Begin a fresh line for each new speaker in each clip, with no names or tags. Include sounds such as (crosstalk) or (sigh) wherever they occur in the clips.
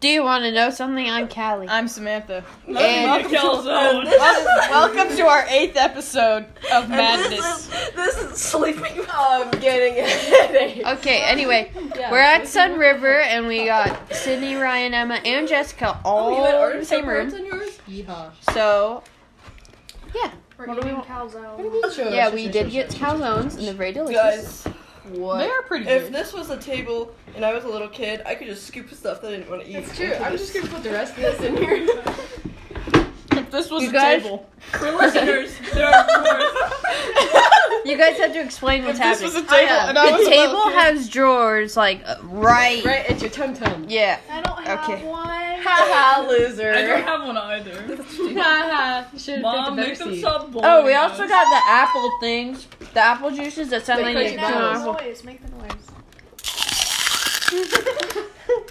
Do you want to know something? I'm Callie.
I'm Samantha.
And-
Welcome, Calzone.
This is-
welcome to our eighth episode of
And
Madness.
This is, this is
(laughs)
sleeping.
Oh,
I'm getting a headache.
Okay,
(laughs)
anyway, we're at Sun River and we got Sydney, Ryan, Emma, and Jessica all
Oh,
in the same room.
yours?
Yeehaw.
So, What
We're
do we
eating
want?
calzone.
yeah, we did get calzones and they're very delicious.
Guys,
They
What?
are pretty
if
good.
this was a table and I was a little kid, I could just scoop stuff that I didn't want to eat.
It's true. I'm just gonna put the rest of this in here.
If this was
You
a
guys-
table.
For listeners, there are
You guys have to explain what's
If this
happening.
was a table
I have-
and I was
the
a
table
little kid.
has drawers, like, uh, right.
Right, it's your tum tum.
(laughs)
Yeah.
I don't have
Okay.
one. Ha ha, loser.
I don't have one either.
ha ha. Should
Mom,
have
make
picked a
them
better seat.
stop boring
Oh, we also
us.
got the apple things. The apple juices that sound like
Because
they
you
come out of
know
apple.
the noise. Make the noise.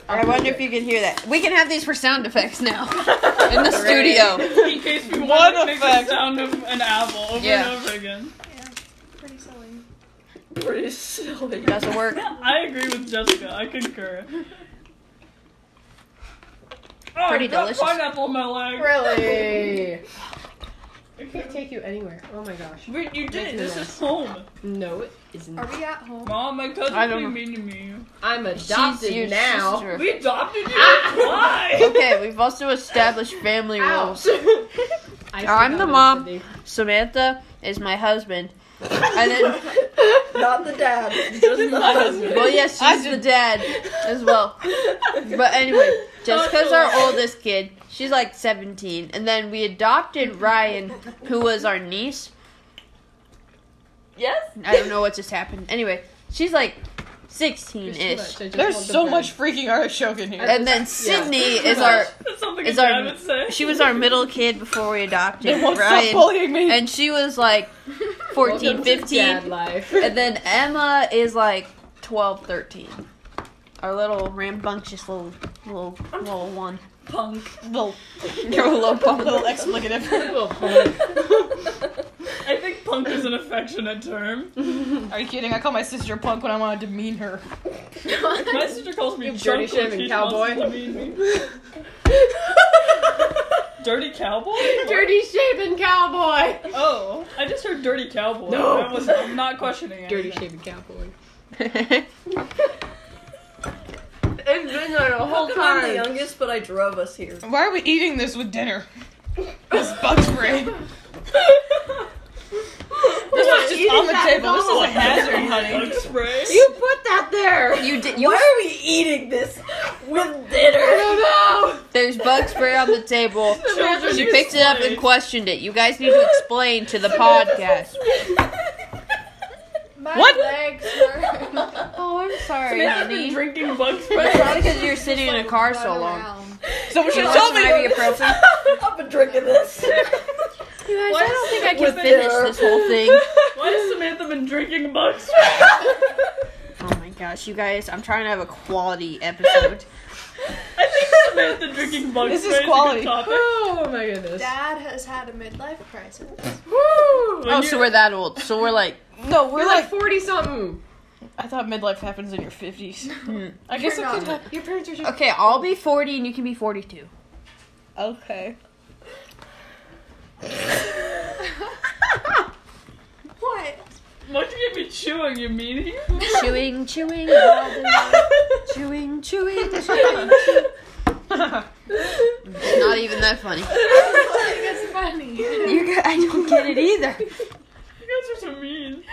I wonder if you can hear that. We can have these for sound effects
(laughs)
now in the studio.
In case we
What
want to make
effect?
the sound of an apple over
Yeah.
and over again.
Pretty silly.
(laughs)
pretty silly.
Doesn't work.
I agree with Jessica. I concur. Oh,
Pretty
I've got
delicious.
Pineapple on my leg.
Really? I can't take you anywhere. Oh my gosh.
Wait, you did.
Making
This
a
is home.
No, it isn't.
Are
we at home?
Mom, my cousin
I don't
being
know.
mean to me.
I'm
(laughs) She's your
adopted now.
sister.
We adopted
(laughs)
you. Why?
Okay, we've also established family
Ouch.
rules. I'm the mom. Samantha is my husband. And then,
Not the
(laughs)
dad, just the husband.
well, yes, she's the dad as well. But anyway, Jessica's our oldest kid. She's like 17. And then we adopted Ryan, who was our niece.
Yes?
I don't know what just happened. Anyway, she's like 16 ish.
There's so much freaking artichoke in here.
And then Sydney is our
That's something
Is
a
our-
dad would say.
she was our middle kid before we adopted
They won't stop
Ryan.
bullying me.
and she was like 14, 15.
life.
And then Emma is like 12, 13. Our little rambunctious little little little one.
punk.
little,
Your
(laughs)
little
little
punk.
explicative.
I think punk is an affectionate term.
Are you kidding? I call my sister a punk when I want to demean
(laughs)
her.
My sister calls me
You dirty
drunk when
shaving
she wants
cowboy.
to demean me. Dirty cowboy?
Dirty shaven cowboy.
Oh, I just heard dirty cowboy.
No.
I was, I'm not questioning it.
Dirty shaven cowboy.
It's been there the whole time. I'm the youngest, but I drove us here.
Why are we eating this with dinner? This bug's
(laughs)
brain. This was just on the table. This is a
(laughs)
hazard, honey.
Bug spray.
You put that there.
you did
Why
you
are we eating this with dinner?
No.
there's bug spray on the table.
Children
She picked it up and
display.
questioned it. You guys need to explain to the podcast.
My
(laughs)
What?
legs hurt.
Oh, I'm sorry,
I've been drinking bug spray.
Probably because
(laughs)
you're sitting in a car so long.
Someone should
You
have
guys
told me.
might be appropriate.
I've been drinking this.
You guys, I don't think I can
With
finish
your-
this whole thing.
(laughs) Why has Samantha been drinking bug spray?
Oh my gosh, you guys, I'm trying to have a quality episode.
(laughs) I think Samantha drinking bug
This is
spray is,
quality.
a good topic.
Oh my goodness.
Dad has had a midlife crisis.
When
Oh,
you're-
so we're that old. So we're like,
No, we're
We're like
like.
40 something.
I thought midlife happens in your
(laughs)
fifties.
Hmm.
I guess it
You're
could
not.
happen.
Your parents are just.
(laughs) okay, I'll be 40 and you can be 42.
(laughs)
Okay. (laughs)
What?
Why'd you get me chewing, you meanie?
(laughs) Chewing, (laughs) chewing, all the way. chewing, (laughs) chewing,
(laughs)
chewing. It's not even that funny.
It's funny.
You guys, I don't get it either.
You guys are so mean.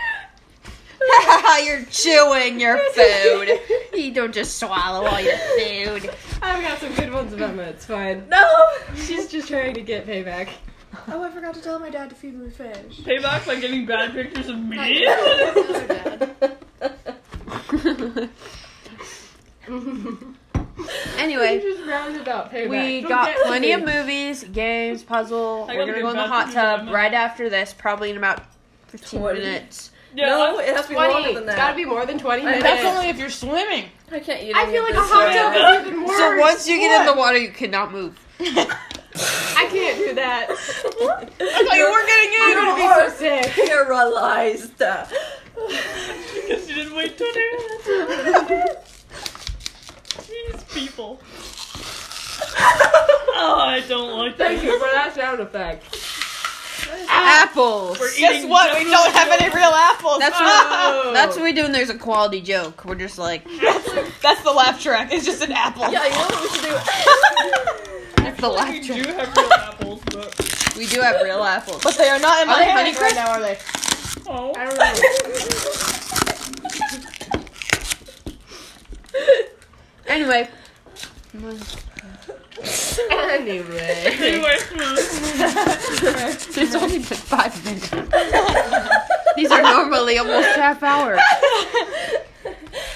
(laughs) you're chewing your (laughs) food. You don't just swallow all your food.
I've got some good ones about Emma. It's fine.
No!
She's just trying to get payback.
Oh, I forgot to tell my dad to feed
(laughs)
me fish.
Payback by getting bad pictures of (laughs) me?
She
anyway.
just roundabout
We
payback.
got plenty of movies, games, puzzle.
I
We're
gotta
gonna
get
go in the
back
hot
to
tub
Gemma.
right after this, probably in about 15
Twenty.
minutes.
Yeah,
no,
I'm-
it has to be
20.
longer than
It's
that.
gotta be more than 20 minutes.
That's only if you're swimming.
I can't eat
I
any
feel
of
like a
this
hot
right
tub
now.
is even worse.
So once you get in the water, you cannot move.
I can't do that. (laughs)
I thought you were getting
I'm
in.
gonna be so sick.
Paralyzed.
(laughs) Because you
(laughs)
didn't wait till noon. These people. Oh, I don't like that.
Thank you for that sound effect.
Apples.
Guess what? We don't have any real apples. Ah.
That's what, that's what we do when there's a quality joke. We're just like,
That's the laugh track. It's just an apple.
Yeah, you know what we should do?
it's the
we
laugh
do
track.
have real apples, but
We do have real apples.
(laughs) But they are not in
Are
my
they
head
Honeycrisp?
right now, are (laughs) they?
oh,
I don't know.
Anyway,
Anyway.
anyway, hmm.
it's only been five minutes. These are normally almost half hour.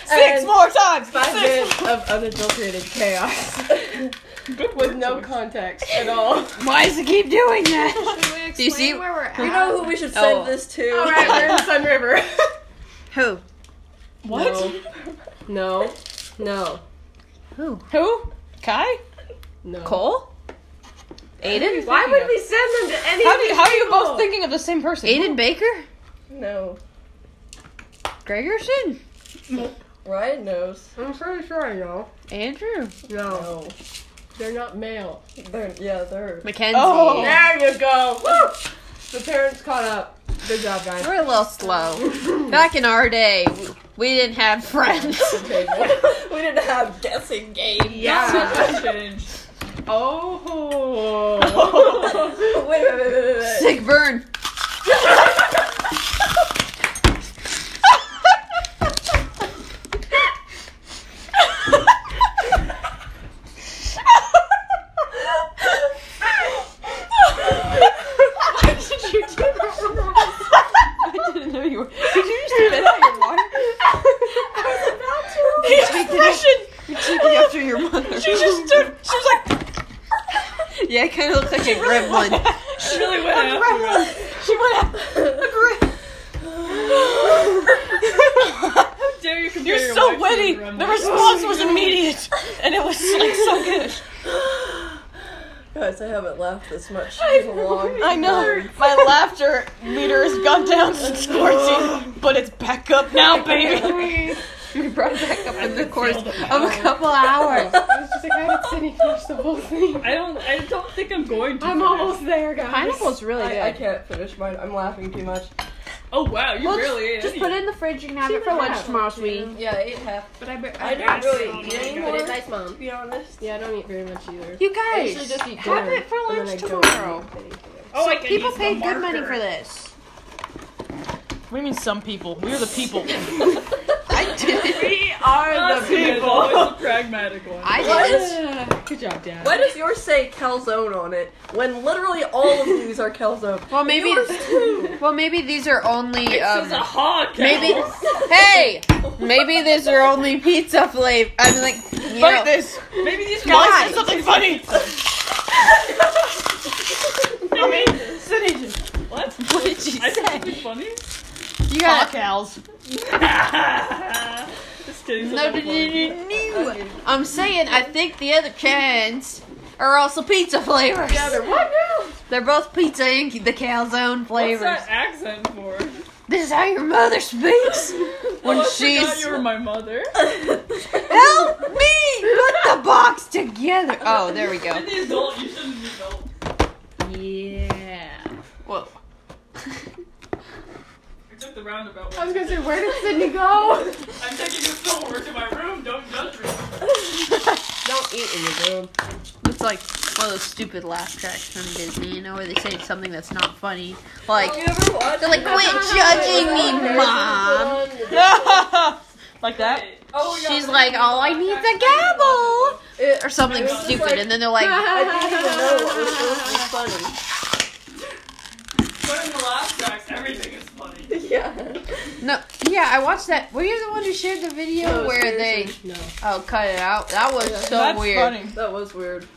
Six
And-
more times.
Five minutes of unadulterated chaos.
good
With
word (laughs)
no
choice.
context.
At all.
Why does it keep doing that?
Can we
Do you
explain
see-
where we're at?
You know who we should send
Oh.
this to?
All right,
(laughs)
We're
(laughs)
in Sun River.
Who?
What?
No. No.
Who?
Who? Kai?
No.
Cole? Aiden?
Why would we send them to any?
How do you, how are you both thinking of the same person?
Aiden Baker?
No.
Gregerson?
Ryan knows.
I'm pretty sure I know.
Andrew?
No.
They're not male.
They're, yeah, they're.
Mackenzie?
Oh.
There you go. Woo!
The parents caught up.
Good job, guys.
We're a little slow. Back in our day, we- we didn't have (laughs) friends.
we didn't have guessing
(laughs)
games.
That's changed.
Oh.
wait, wait, wait, wait, wait.
Sick burn.
(laughs) I didn't know you were. Did you just spit out your (laughs) water? (laughs) I was about to.
Taking after your mother.
She just stood. She was like.
Yeah, it kind of looks like a
(laughs)
gremlin.
She really went after us.
She went out.
How dare you compare
You're
your
so
wife to a
witty.
gremlin.
The response was immediate, and it was like so good.
Guys, I haven't laughed this much
I
in a long
I know. My laughter meter has gone down
(laughs)
since 14, but it's back up now, baby.
We brought it back up
(laughs)
in the course of a couple hours.
I was just like, how did Sydney finish the whole thing?
I don't. I don't think I'm going to. for
I'm
this.
almost there, guys.
Pineapple's really good.
I, I can't finish mine. I'm laughing too much.
Oh wow, you
Well,
really ate
just
any
put
of
it in the fridge. You can have it for lunch tomorrow, sweetie.
Yeah, I ate half.
But I, be-
I don't really eat anymore, to
nice, mom.
be honest.
Yeah, I don't eat very much either.
You
I
guys,
usually just eat dinner.
have it for
and then
lunch
I don't
tomorrow.
eat anything else.
Oh, I can
People
use the
paid good money
marker.
for this.
What do you mean, some people? We're the people.
I did.
We are
Us people. Always the pragmatic one.
I
What?
did. it.
Ah, Good job, Dad.
Why does yours say calzone on it when literally all of these
(laughs)
are calzone?
Well, maybe. Well, maybe these are only.
this is a
Um,
hog.
maybe. Hey, maybe these are only pizza flavor. I'm like, you know,
Fight this.
Maybe these
Guys.
guys.
Why is this something
(laughs)
funny? I mean, Sydney just.
What?
what did you
I think
say?
it's funny. (laughs)
You got.
Fuck (laughs) cows.
just kidding.
No, no, no, no, no. I'm saying I think the other cans are also pizza flavors.
what now?
They're both pizza and the calzone
What's
flavors.
that accent for?
This is how your mother (laughs) speaks when
oh, I forgot
she's
you were my (laughs) mother.
help me put the box together. Oh, there we
You're
go.
the adult. You shouldn't be adult.
Yeah. Whoa.
I took the roundabout.
I
Way.
was gonna say, where did Sydney go?
(laughs) I'm taking this over to my room. Don't judge me.
Don't eat in your room.
It's like one of those stupid laugh tracks from Disney, you know, where they say something that's not funny. Like
you ever watch?
they're like, "Quit judging me, mom."
like that?
Oh, yeah,
She's
but-
like, "All I need's a gavel."
It-
Or something
This is
stupid,
like-
and then they're like,
(laughs) I didn't even know what was supposed to be
But in the laugh tracks, everything is funny.
funny. (laughs) Yeah.
"No, yeah, I watched that. Were you the one who shared the video where they?
No.
Oh, cut it out. That was so
That's
weird.
funny.
That was weird.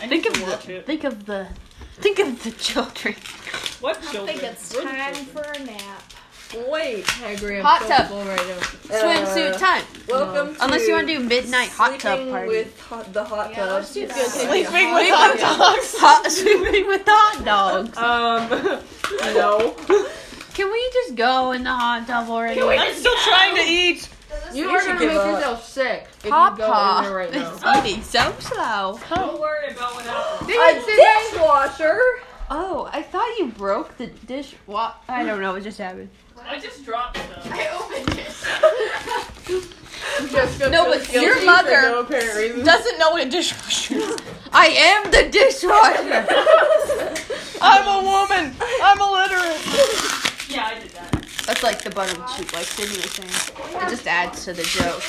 I
Think of
need to watch
the,
it.
think of the, think of the children.
What
I
children?
think it's
What are the
time
children?
for a nap.
Wait.
I agree. I'm
Hot
so
tub.
full right now.
Uh,
Swimsuit time.
Welcome to.
Unless you want to do midnight hot tub
sleeping
party.
with hot, the hot
Yeah,
tub.
let's do
It's
that.
gonna take
Sleeping with hot dogs.
(laughs) hot swimming with hot dogs.
Um, no.
Can we just go in the hot tub already?
I'm still trying to eat.
Does this
just
You
you
are
should
gonna
give
make
up.
yourself sick if
Pop
you go
pop.
in there right
(laughs)
now.
eating so slow.
Don't worry about what happened.
They
A
didn't say that.
dishwasher.
Oh, I thought you broke the dish. Wa- I don't know what just happened.
I just dropped stuff.
(laughs) I opened it.
Jessica
No,
feels
but your
guilty for
mother-
no apparent reason.
Doesn't know what a dishwasher is.
I am the dishwasher.
I'm a woman. I'm illiterate.
Yeah, I did that.
(laughs) That's like the butter and soup, like Sydney was saying. It just adds to the joke.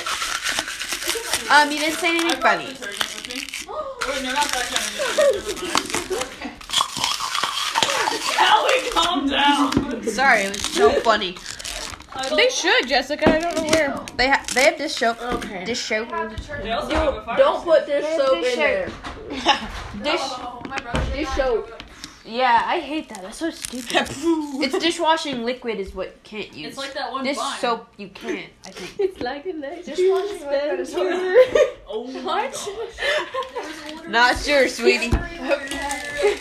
Um, you didn't say
I
anything
brought
funny.
detergent with me. Oh, no, not that kind of detergent. Never mind. Kelly, calm down.
Sorry, it was
(laughs)
so funny.
I don't-
They should, Jessica. I don't know where.
They ha- they have dish soap.
Okay.
Dish soap.
They also have a fire
Don't put
extinguisher.
There's
dish soap
dish
in there.
(laughs) Dish.
Oh,
Dish soap.
Yeah, I hate that. That's so stupid. it's dishwashing liquid is what you can't use.
It's like that one
dish
vine.
soap you can't. I think.
It's like a nice
(laughs)
(laughs)
Oh my gosh.
Not sure, sweetie.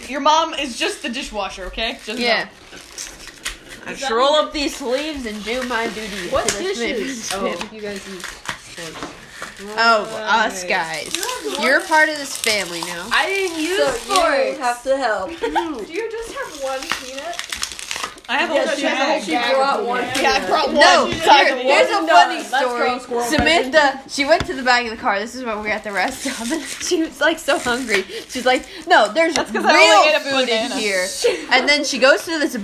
Your mom is just the dishwasher, okay? Just know.
Yeah. I should roll up these sleeves and do my duty.
What
to the
dishes?
Smiths.
Oh, you guys use forks.
Oh, us
Right.
guys. You're part of this family now.
I didn't use so You have to help.
Do you just have one peanut?
I have a
Yeah,
whole
she
bag.
has a whole- she brought one.
Yeah, I brought one.
No,
She
here-
tied the
here's
one.
a funny story. Samantha, she went to the back of the car. This is when we were at the rest stop, and she was like so hungry. She's like, "No, there's real
'cause I only ate a
food in
banana."
here." And then she goes to this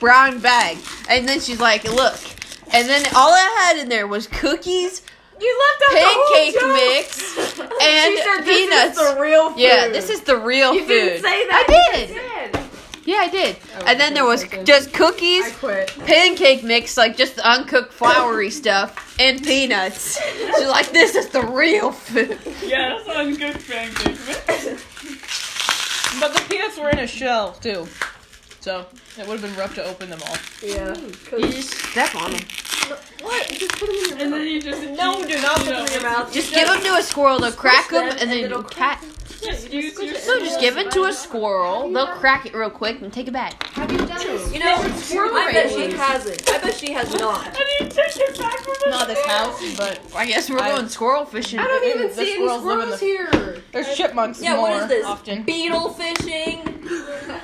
brown bag, and then she's like, "Look." And then all I had in there was cookies,
You left
pancake mix,
(laughs)
and peanuts.
the real food.
yeah, this is the real
You
food.
didn't say that.
I did.
You did.
Yeah, I did. and then there was
okay.
just cookies,
I quit.
pancake mix, like just the uncooked floury stuff, and peanuts. She's like, this is the real food.
Yeah, that sounds good, pancake.
But the peanuts were in a shell, too. So it would have been rough to open them all.
Yeah.
You just step on them.
What? You just put them in your
And
mouth.
then you just
No,
eat,
do not
you
put
know,
them in your
mouth.
Just give them to a squirrel, they'll crack them,
them,
and
and
then
it'll
you'll cat.
Just use your
No, just give it to a squirrel. They'll crack it real quick and take it back.
Have you done this?
You know, I bet she
crazy.
hasn't. I bet she has not.
How do you take it back from us?
Not this house, but
I guess we're
I-
going squirrel fishing.
I don't
Ooh,
even
the
see any
squirrels live in
squirrels here.
there's chipmunks
Yeah,
more
what is this?
often.
Beetle fishing.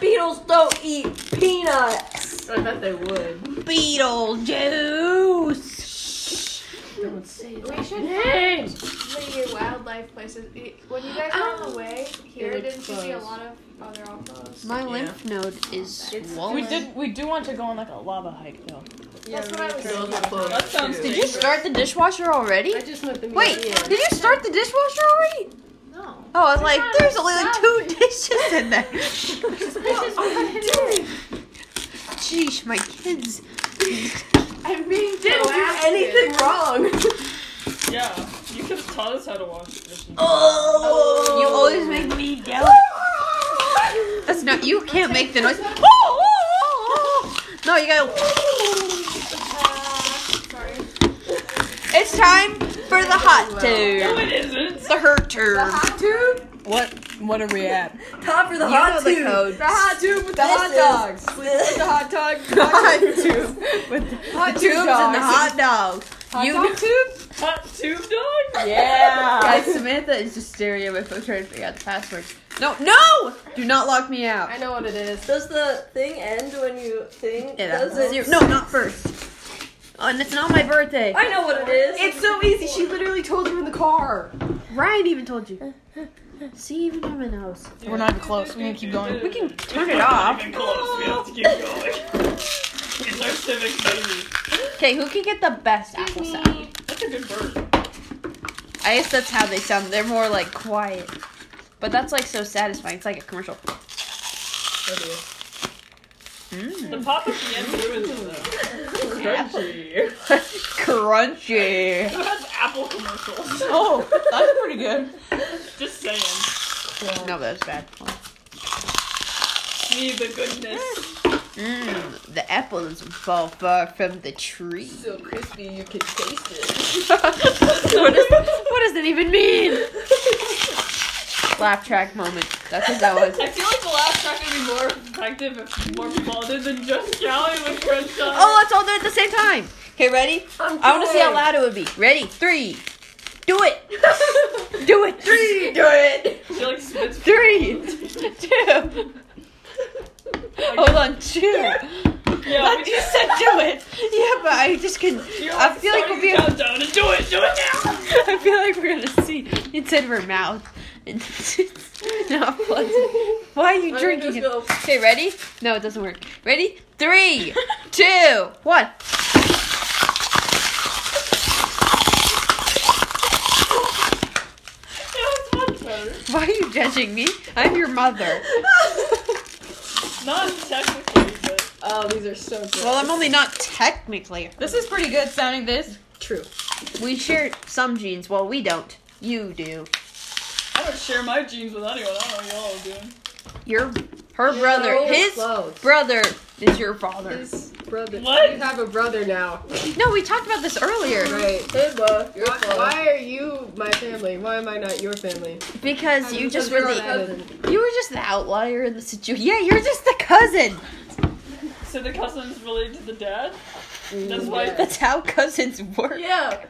Beetles don't eat peanuts.
I bet they would.
Beetle juice.
Don't say that.
We should
Hey!
the wildlife places. When you guys were on the way here,
They look
didn't you see a
closed.
lot of other alphas?
My
Yeah.
lymph node is
It's-
swollen.
We did. We do want to go on like a lava hike though.
Yeah,
That's what I was
trying to-
thinking.
That sounds
Did you start the dishwasher already?
I just let them eat
Wait,
it.
did you start the dishwasher already?
No.
Oh, I was like, there's only like two dishes in
(laughs)
there.
This is what I did.
Sheesh, my kids.
I'm being
Didn't do
proactive.
anything wrong.
Yeah, you could have taught us how to wash dishes.
Oh.
You always make me yell. (laughs) That's not. You can't make the noise. (laughs) No, you gotta.
Sorry.
It's time for the hot
No,
tube.
it isn't.
The hurt tube.
hot tube.
What? What are we at?
Time for the
You know
hot
the
tube.
code.
The hot tube with the hot dogs.
(laughs)
With the hot dog.
Hot tube. Hot tubes and the hot dog. you
tube?
Hot tube dog?
Yeah.
(laughs) guys, Samantha is just staring at my phone trying to figure out the password. No, no! Do not lock me out.
I know what it is.
(laughs) Does the thing end when you thing?
Yeah,
Does
that's
it?
zero. No, not first. Oh, and it's not my birthday.
I know what it is.
It's
(laughs)
so easy. She literally told you in the car.
Ryan even told (laughs) you. See, even I'm in the house.
We're not even close. We need to keep going.
We can turn
We're
it
not
off.
even close. We have to keep going. It's our civic duty.
Okay, who can get the best apple sound?
That's a good bird.
I guess that's how they sound. They're more like quiet. But that's like so satisfying. It's like a commercial.
The pop at the end uh, ruins it though.
Crunchy.
Crunchy.
(laughs)
Who has Apple commercials?
Oh, that's pretty good.
(laughs) Just saying.
No, that was bad.
Me, the goodness.
Mmm, the apples fall far from the tree.
so crispy you can
(laughs)
taste it.
what, is, what does that even mean? Laugh track moment. That's what that was.
I feel like the last track would be more effective if more people other than just Callie would crunch on.
Oh, let's all do it at the same time. Okay, ready?
I'm
I want to see how loud it would be. Ready? Three. Do it. Do it. Three. Do it.
She like spits.
Three. Two.
Oh,
Hold on. Two.
Yeah, we
You said do it. Yeah, but I just couldn't. I feel like we'll be.
down, down, and do it, do
(laughs)
it now.
I feel like we're gonna see instead of her mouth. (laughs) It's not pleasant. Why are you drinking it? Okay, ready? No, it doesn't work. Ready? (laughs) Three, two, one. Why are you judging me? I'm your mother.
Not technically, but
Oh, these are so good.
Well, I'm only not technically.
This is pretty good sounding. This true.
We share some genes. Well, we don't. You do.
I don't share my genes with anyone. I don't know what y'all are doing.
Your, her brother, his
Close.
brother is your father.
His brother.
What?
You have a brother now.
No, we talked about this earlier
Right.
Hey, bro. You're
Why,
full.
why are you my family? Why am I not your family?
because you just
You're
really,
not in-
you were just the outlier in the situation. Yeah, you're just the cousin.
So the cousin's related to the dad. That's why.
Mm. That's how cousins work.
Yeah.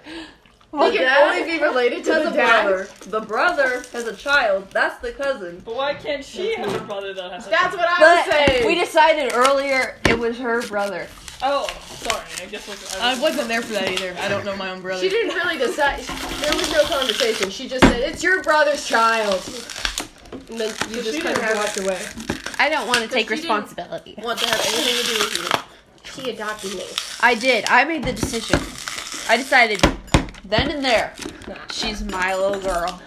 Well,
The
You
dad
can only be related to
has
the
a
dad.
brother. The brother has a child. That's the cousin.
But why can't she have a brother that has? a-
That's what I
But
was saying.
we decided earlier it was her brother.
Oh, sorry. I guess what I
I
was.
wasn't there for that either. I don't know my own brother.
she didn't really decide. There was no conversation. She just said, "It's your brother's child," and then you just kind of walked away.
I don't want to take
she didn't-
responsibility.
Want to have anything to do with you?
She adopted me.
I did. I made the decision. I decided then and there. She's my little girl.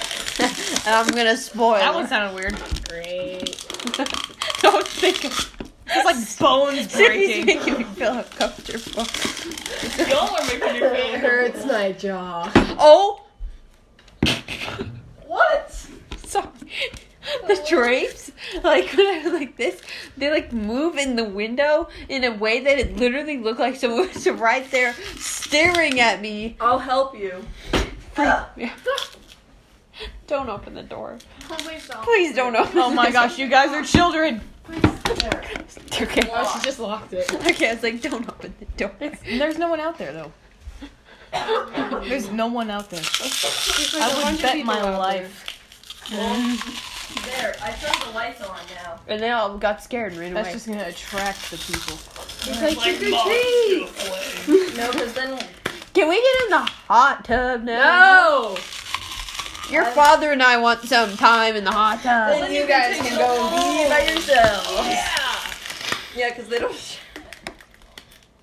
(laughs) and I'm gonna spoil
That
her.
one sounded weird.
Great.
(laughs) Don't think of
It's
(laughs)
like bones
Sydney's
breaking.
making me feel uncomfortable.
Y'all are making
(laughs)
me feel.
It hurts my jaw.
Oh,
What?
sorry.
(laughs)
The drapes, like when I was like this, they like move in the window in a way that it literally looked like someone (laughs) was right there staring at me.
I'll help you.
Don't open the door.
Oh, please don't.
Please don't open.
Oh my
the
gosh, you guys are children.
Please. There.
door. Okay.
Oh, she just locked it.
(laughs) Okay, I was like, don't open the door.
There's no one out there (laughs) though. There's no one out there.
There's a
I would
hundred
bet
people
my
out
life.
There. I turned the lights on now.
And they all got scared and ran
That's
away.
just gonna attract the people.
there. It's like trick or
moths
treat.
to a flame.
No, because then
Can we get in the hot tub now?
No.
Your father and I want some time in the hot tub.
then you guys can go be by yourselves. Yeah. Yeah, because they
(laughs)
don't. sh-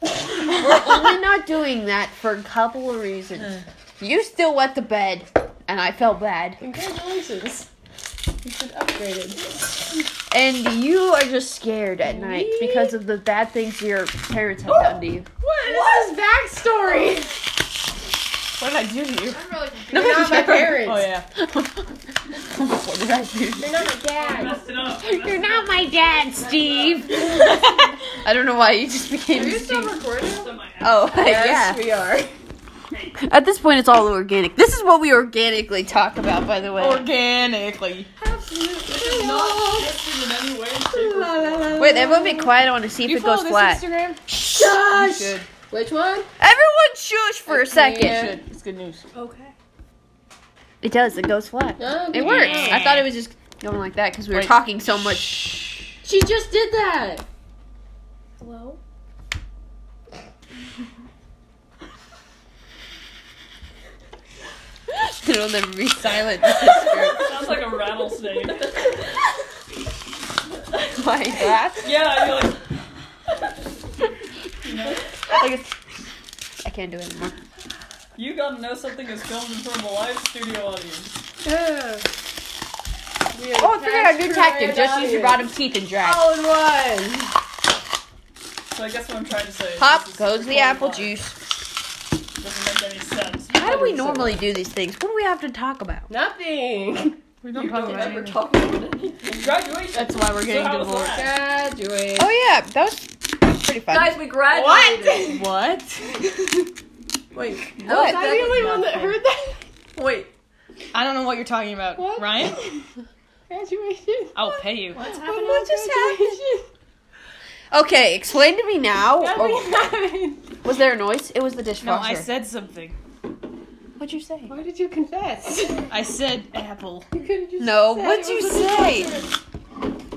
We're only not doing that for a couple of reasons.
Hmm.
You still wet the bed, and I felt bad.
Congratulations. You've been upgraded.
And you are just scared at night because of the bad things your parents have done to you.
What is this backstory?
What did I do to you?
I'm really confused.
You're not my parents.
(laughs) Oh yeah.
what did I do?
You're not my dad.
Messed it up.
You're not my dad, Steve. (laughs) I don't know why you just became
Are you still
Steve.
recording?
Messed up my ass.
Oh, yeah.
Yes, we are.
At this point, it's all organic. This is what we organically talk about, by the way.
Organically.
This is not scripted in any way, shape, or form.
Wait, everyone be quiet. I want to see if
you
it
follow
goes
this
flat.
Instagram?
Shush.
Good.
Which one?
Everyone shush for a second.
Good. It's good news.
Okay.
It does. It goes flat.
Oh,
It works. I thought it was just going like that because we were
Wait.
talking so much.
She just did that.
Hello?
It'll never be silent.
Sounds like a rattlesnake.
(laughs) My God.
Yeah, you're like,
Like it's- I can't do it anymore.
you gotta know something is filmed in front of a live studio audience.
Oh, I figured out a new tactic. Just use your bottom teeth and drag.
All in one.
So I guess what I'm trying to say is
Pop
this is
goes the
recorded
apple
live.
juice.
Doesn't make any sense.
How do we normally do these things? What do we have to talk about?
Nothing.
We don't talk about
Remember
it.
talking about anything.
It's graduation.
That's why we're
so
getting
how was
divorced.
that?
Graduate.
Oh yeah, that was pretty fun.
Guys, we graduated.
What?
(laughs)
Wait.
What?
I'm the only one that heard that.
Wait.
I don't know what you're talking about.
What? (laughs)
Ryan?
Graduation.
I'll pay you.
What's happening?
What just happened? Okay, explain to me now. or-
Nothing happened.
Was there a noise? It was the
No,
dishwasher.
I said something.
What'd you say?
Why did you confess?
I said apple.
You couldn't just
No,
say
what'd
it
you
was a
say?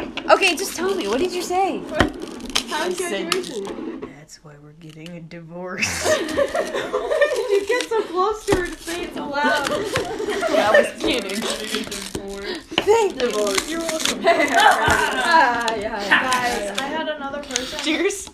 dishwasher.
Okay, just tell me. What did you say?
How's
said-
graduation?
That's why we're getting a divorce.
(laughs)
Why did you get so close to her to say it so loud?
You're welcome.
ah, yeah.
Guys, I had another person.
Cheers.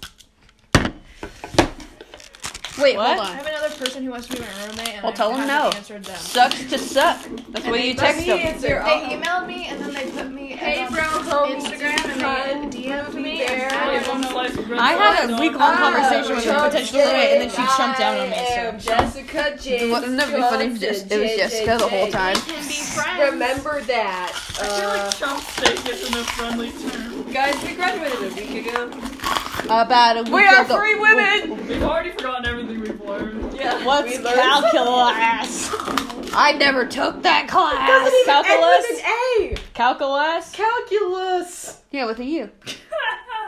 Wait,
What?
hold
I
on.
have another person who wants to be my roommate, and
Well,
I
tell 'em
haven't
no.
answered them.
Sucks to suck. That's what you text
me
them.
answer.
They emailed me and then they put me
Hey,
on
bro,
Instagram and they DM'd me. and I was-
I
I had a week long
Ah,
conversation with a
Trump
potential roommate, and then she
said,
chumped down on
"I am
me. So.
Jessica James.
Wouldn't it be funny if
Johnson,
just, it was Jessica the whole
JJJ.
time?
Can be friends.
Remember that.
I feel
Uh,
like Trump steak isn't a friendly term.
Guys, we graduated a week ago.
About a week
we are
ago.
free women.
We've already forgotten everything we've learned.
Yeah.
What's
We learned
calculus?
I never took that class.
Doesn't even end with an
Calculus.
Calculus?
Calculus.
Yeah, with a U.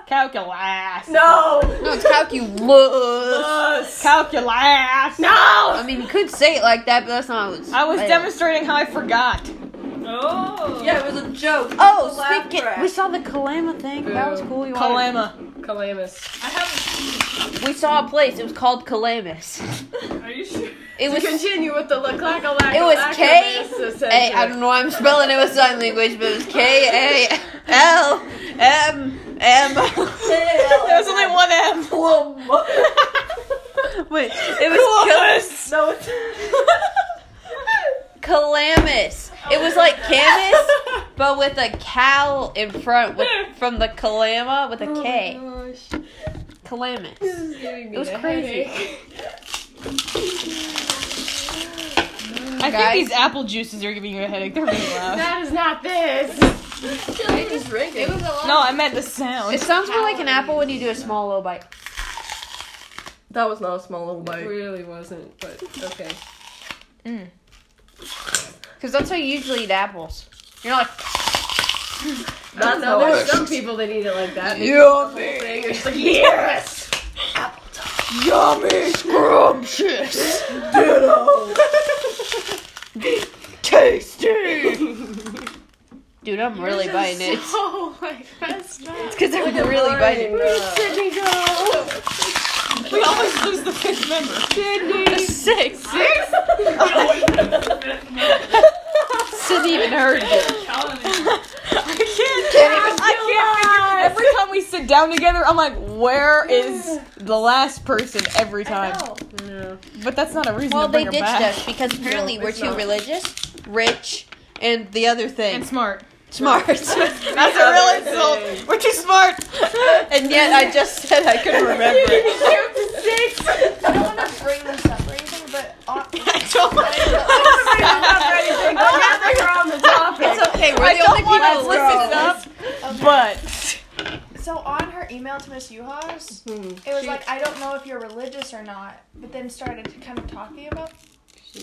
Calculus.
No.
No, it's calculus.
Us.
Calculus.
I
No.
mean, you could say it like that, but that's not. what it's-
I was demonstrating how I forgot.
Oh.
Yeah, it was a joke.
Oh,
Laugh
speaking.
track.
We saw the Kalama thing. That was cool. You wanted-
Kalama.
Calamus.
I haven't.
We saw a place. It was called
(laughs)
Calamus.
Are you sure?
It was.
Continue with the look like a lack
It was K A. I don't know why I'm spelling it with sign language, but it was K A L M M.
There's only one M.
Wait, it was Cal-
No, it's
(laughs) Calamus. It was like Camus,
(laughs)
but with a cal in front, with, from the Kalama with a K.
Oh gosh.
Calamus.
This is giving me
It was
a
crazy.
headache.
I
Guys.
think these apple juices are giving you a headache. They're really loud.
That is not this. I just drink it.
was a lot.
No, I meant the
It
sound.
sounds more like an apple when you do a small little bite.
That was not a small little
It
bite.
really wasn't, but okay.
Because that's how you usually eat apples. You're not like,
That's
how I- (laughs)
there's Oh, some people that eat it like that. Yeah. It's like, yes!
Yummy, scrumptious, ditto, tasty.
dude, I'm really biting it.
(laughs) Oh my gosh.
It's because I'm really biting it.
Sydney, go!
We always lose the fifth member.
Sydney!
(laughs) Six. (laughs) Sydney even heard it.
I can't. I can't figure. Every time we sit down together, I'm like, where is the last person every time? But that's not a reason
Well,
to
they
bring
ditched
her back.
us because apparently we're too religious, rich, and the other thing,
And smart.
smart. (laughs)
(laughs) That's a real insult. We're too smart.
and yet I just said I couldn't remember. it.
I don't want to bring this up or anything, but uh,
I don't want
It's okay. We're
I
the only
don't
people
want
that
to listen
listen.
up, but
so on her email to Miss Yuhas, it was like I don't know if you're religious or not, but then started to kind of talking about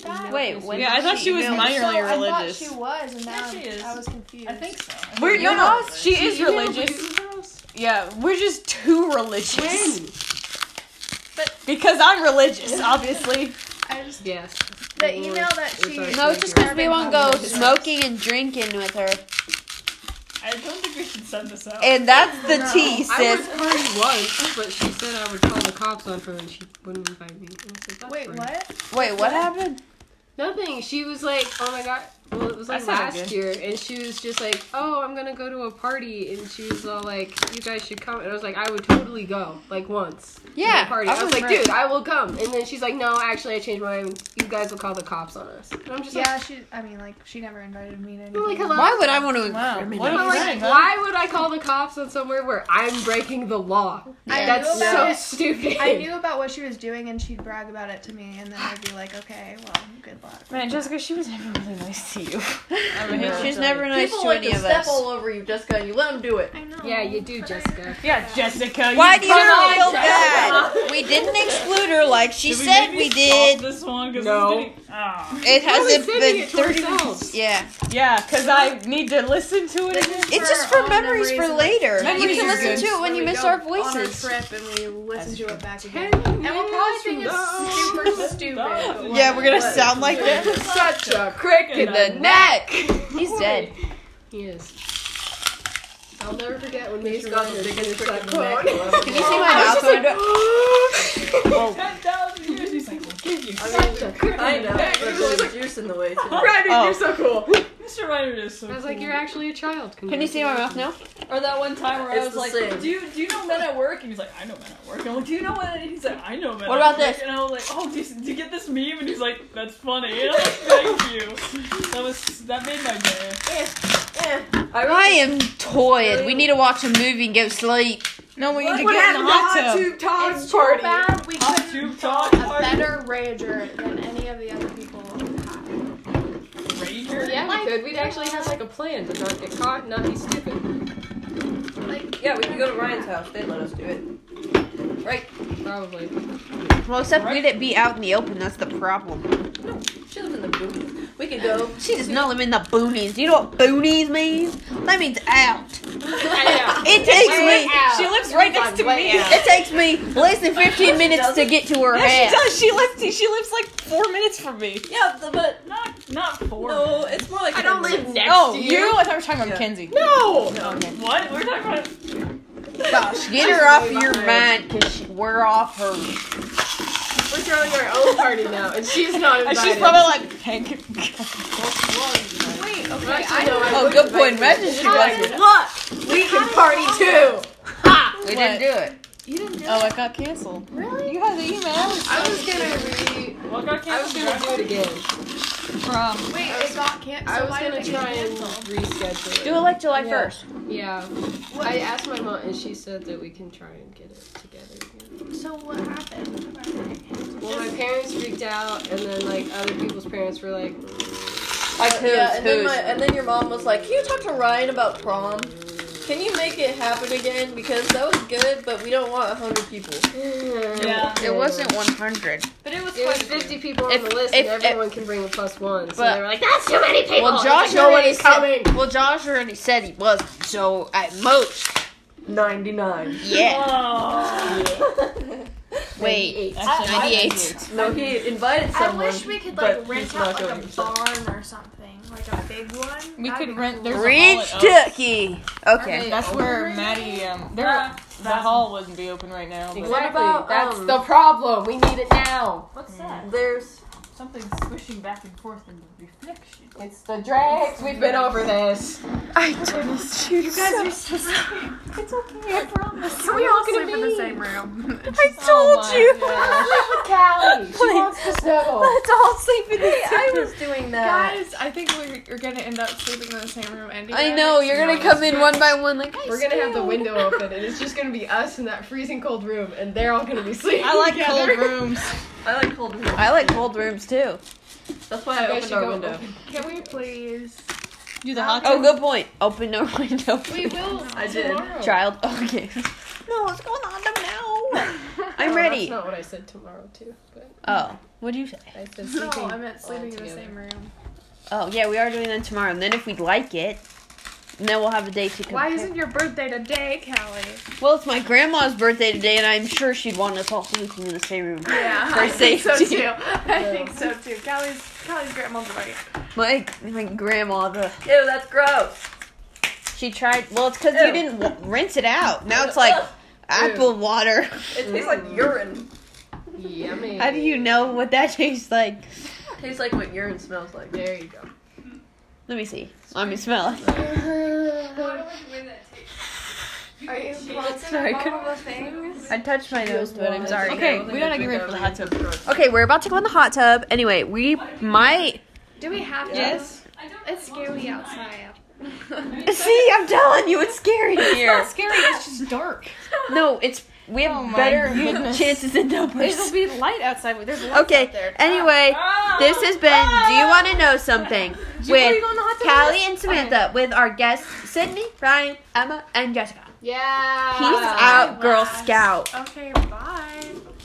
that.
Wait, when
Yeah, I
did
thought she was
email
minor.
us?
minorly
so I thought
religious.
she was, and now
she is.
I was confused.
I think so.
we're
You're
no, no, she is religious. Yeah, we're just too religious.
When?
Because I'm (laughs) religious, obviously.
I just
Yes.
the email that she
It's
No, it's just because we won't go smoking and drinking with her,
I don't think we should send this out.
and that's the tea,
I
sis.
was party once, but she said I would call the cops on her and she wouldn't invite me. And I was like, "That's
wait
rude."
what?
Wait, what happened?
Nothing. She was like, oh my god. Well, it was like
That sounded
last
good.
year, and she was just like, oh, I'm gonna go to a party, and she was all like, you guys should come. And I was like, I would totally go, like once. to
Yeah,
the party.
I
I, was
would
like,
too.
dude, I will come. And then she's like, no, actually, I changed my mind. You guys will call the cops on us. And I'm just
Yeah, she. I mean, like she never invited me to anything.
like, hello.
Why would I want to?
Wow, what
like, I'm
a
like,
friend, huh?
why would I call the cops on somewhere where I'm breaking the law?
I
That's
knew
so
about
stupid.
it.
(laughs)
I knew about what she was doing, and she'd brag about it to me, and then I'd be like, okay, well, good luck.
Man, Jessica, she was never really nice to you. (laughs) I mean,
She's never nice
People
to
like
any
to
of
step
us.
all over you, Jessica, and you let them do it.
I know.
Yeah, you do, Jessica.
yeah, Jessica.
Why do you
bum out.
feel bad? We didn't exclude her like she
Did
said
maybe
we
stop
did. Ah.
This one, 'Cause
No.
this is getting, Oh.
It hasn't
sending
been
it to
30
ourselves.
minutes. Yeah.
Yeah, because I need to listen to it. again.
It's just for memories for later. you
Memories
can
are
listen
good.
to it when you miss our
On a
voices.
trip and we listen to it back again.
And
And we'll probably think it's super stupid.
Yeah, we're gonna sound like that.
Such a crick in the
The neck! He's dead.
Yes. I'll never forget when Mace
He's got the biggest crick in the neck I've ever
Can you see my mouth open?
Ten thousand years. He's like, we'll give you.
Such a crick.
(laughs) I know, but there's juice in the way too.
Brandon,
Oh.
you're so cool.
Mr. Ryder is so.
I was like,
cool.
you're actually a child.
Can you see my mouth now?
Or that one time where
It's
I was
the
like,
same.
do you, do you know men at work? And he's like, I know men at work. And I'm like, do you know men? And he's like, I know men
What
at
about
work."
this?
And I was like, oh, do you, do you get this meme? And he's like, that's funny. And I'm like, thank you. That was, that made my day.
I am toyed. We need to watch a movie and go sleep.
No, we need to get in the hot tub.
It's too bad we
Hot
couldn't
tube talk
a
party.
better rager than any of the other people had.
Rager?
Yeah, we could. We'd actually have like a plan to not get caught, not be stupid.
Yeah, we can go to Ryan's house. They let us do it. Right? (laughs)
Probably.
Well, except we didn't be out in the open. That's the problem.
She lives in the boonies. We could go.
She does not live in the boonies. Do you know what boonies means? That means out. It takes me.
She lives right next to me.
It takes me less than 15 minutes to get to her
Yeah, she
house.
does. She lives. She lives like four minutes from me.
Yeah, the- but
Not, not four.
no, it's more like I don't live next.
oh, you? I thought we were talking about
Yeah.
Mackenzie.
No!
What? We're talking about
Gosh, get her off your mind because we're off her.
We're throwing our own party now, and she's not
And
invited.
she's probably like, thank you.
Wait, okay,
Actually,
I
no, I
(laughs) Oh,
would
good
invite
point.
her.
Imagine she'd be like,
Look, we can party too.
We didn't do it.
You didn't do
oh,
it.
it got canceled.
Really?
You had the email
I was gonna re.
what got
I was
canceled.
gonna do it again.
from.
Wait, it got canceled.
I was
Why did
gonna
it get
try and
canceled?
reschedule it.
Do it like July
Yeah.
1st.
Yeah. I asked my mom, and she said that we can try and get it together again.
So what happened?
Well, my parents freaked out, and then like other people's parents were like,
Like who's?
Yeah, and then,
who's?
my, and then your mom was like, "Can you talk to Ryan about prom? Can you make it happen again? Because that was good, but we don't want hundred people."
Yeah.
it wasn't 100.
But it was
"Mm." It was
quite good.
50 people
If-
on the list,
if-
and
if-
everyone can bring a plus one. So
But-
they were like, that's too many people.
Well,
It's
Josh
like,
already
nobody's
said. Well, Josh already said he was. So at most,
Ninety
(laughs)
nine.
yeah.
Oh.
Wait,
Actually, I-
98.
No, he invited
I
someone.
wish we could
but
like rent
he's
out
not
like
going
a
himself.
barn or something, like a big one.
We
That'd
could
be
rent-
cool.
there's-
Reach
All it-
Turkey. Okay.
That's where Maddie. Um, there.
Uh,
the hall wouldn't be open right now. But.
Exactly.
about,
that's
um,
the problem. We need it now.
What's that?
There's
Something squishing back and forth in the reflection.
It's the drags. We've been over this.
I don't. You guys are
It's okay. I promise.
Can we all sleep in the same room?
I told you.
Callie, she wants to snuggle.
Let's all sleep in the
I was doing that.
Guys, I think we're, you're gonna end up sleeping in the same room. Anyway.
I know you're gonna come in one by one like
We're gonna have the window open, and it's just gonna be us in that freezing cold room, and they're all gonna be sleeping.
I like
together.
cold (laughs) rooms.
I like cold rooms.
I like cold rooms too.
That's why I
guys
opened
should
our
go
window.
open.
Can we please?
Do the hot
Oh, good point. Open no (laughs) window.
We
(laughs)
will.
I did.
Tomorrow.
Child. Okay. No, what's going on now? (laughs) I'm
Oh,
ready.
That's not what I said tomorrow too. But
Oh, what do you say?
I said
No,
sleeping.
I meant sleeping in the
together.
same room.
Oh yeah, we are doing that tomorrow. And then if we like it, then we'll have a day to compare.
Why isn't your birthday today, Callie?
Well, it's my grandma's birthday today, and I'm sure she'd want us all sleeping in the same room.
Yeah,
For
(laughs) I think so
safety.
too. I think so too. Callie's Callie's grandma's right.
My my grandma, the
Ew, that's gross.
she tried. Well, it's because
Ew.
you didn't w- rinse it out. Now it's like apple water. (laughs)
It tastes like urine.
Yummy.
How do you know what that tastes like?
Tastes like what urine smells like.
There you go.
Let me see. Let me smell it.
Are you
Sorry,
wanting
couldn't-
all the things?
I touched my nose, but I'm sorry.
Okay, we gotta get ready for the hot tub.
Okay, we're about to go in the hot tub. Anyway, we might. (laughs)
Do we have to?
Yes.
It's scary outside.
See, I'm telling you, it's scary here.
scary. It's just dark.
No, it's we have
Oh my
better
goodness.
chances than numbers.
be light outside. but There's lights
Okay. Anyway,
Ah!
this has been. Do you want to know something? With
on the hot
Callie and Samantha with our guests Sydney, Ryan, Emma, and Jessica.
Yeah.
Ah,
Peace out, Girl
Wow.
Scout.
Okay, bye.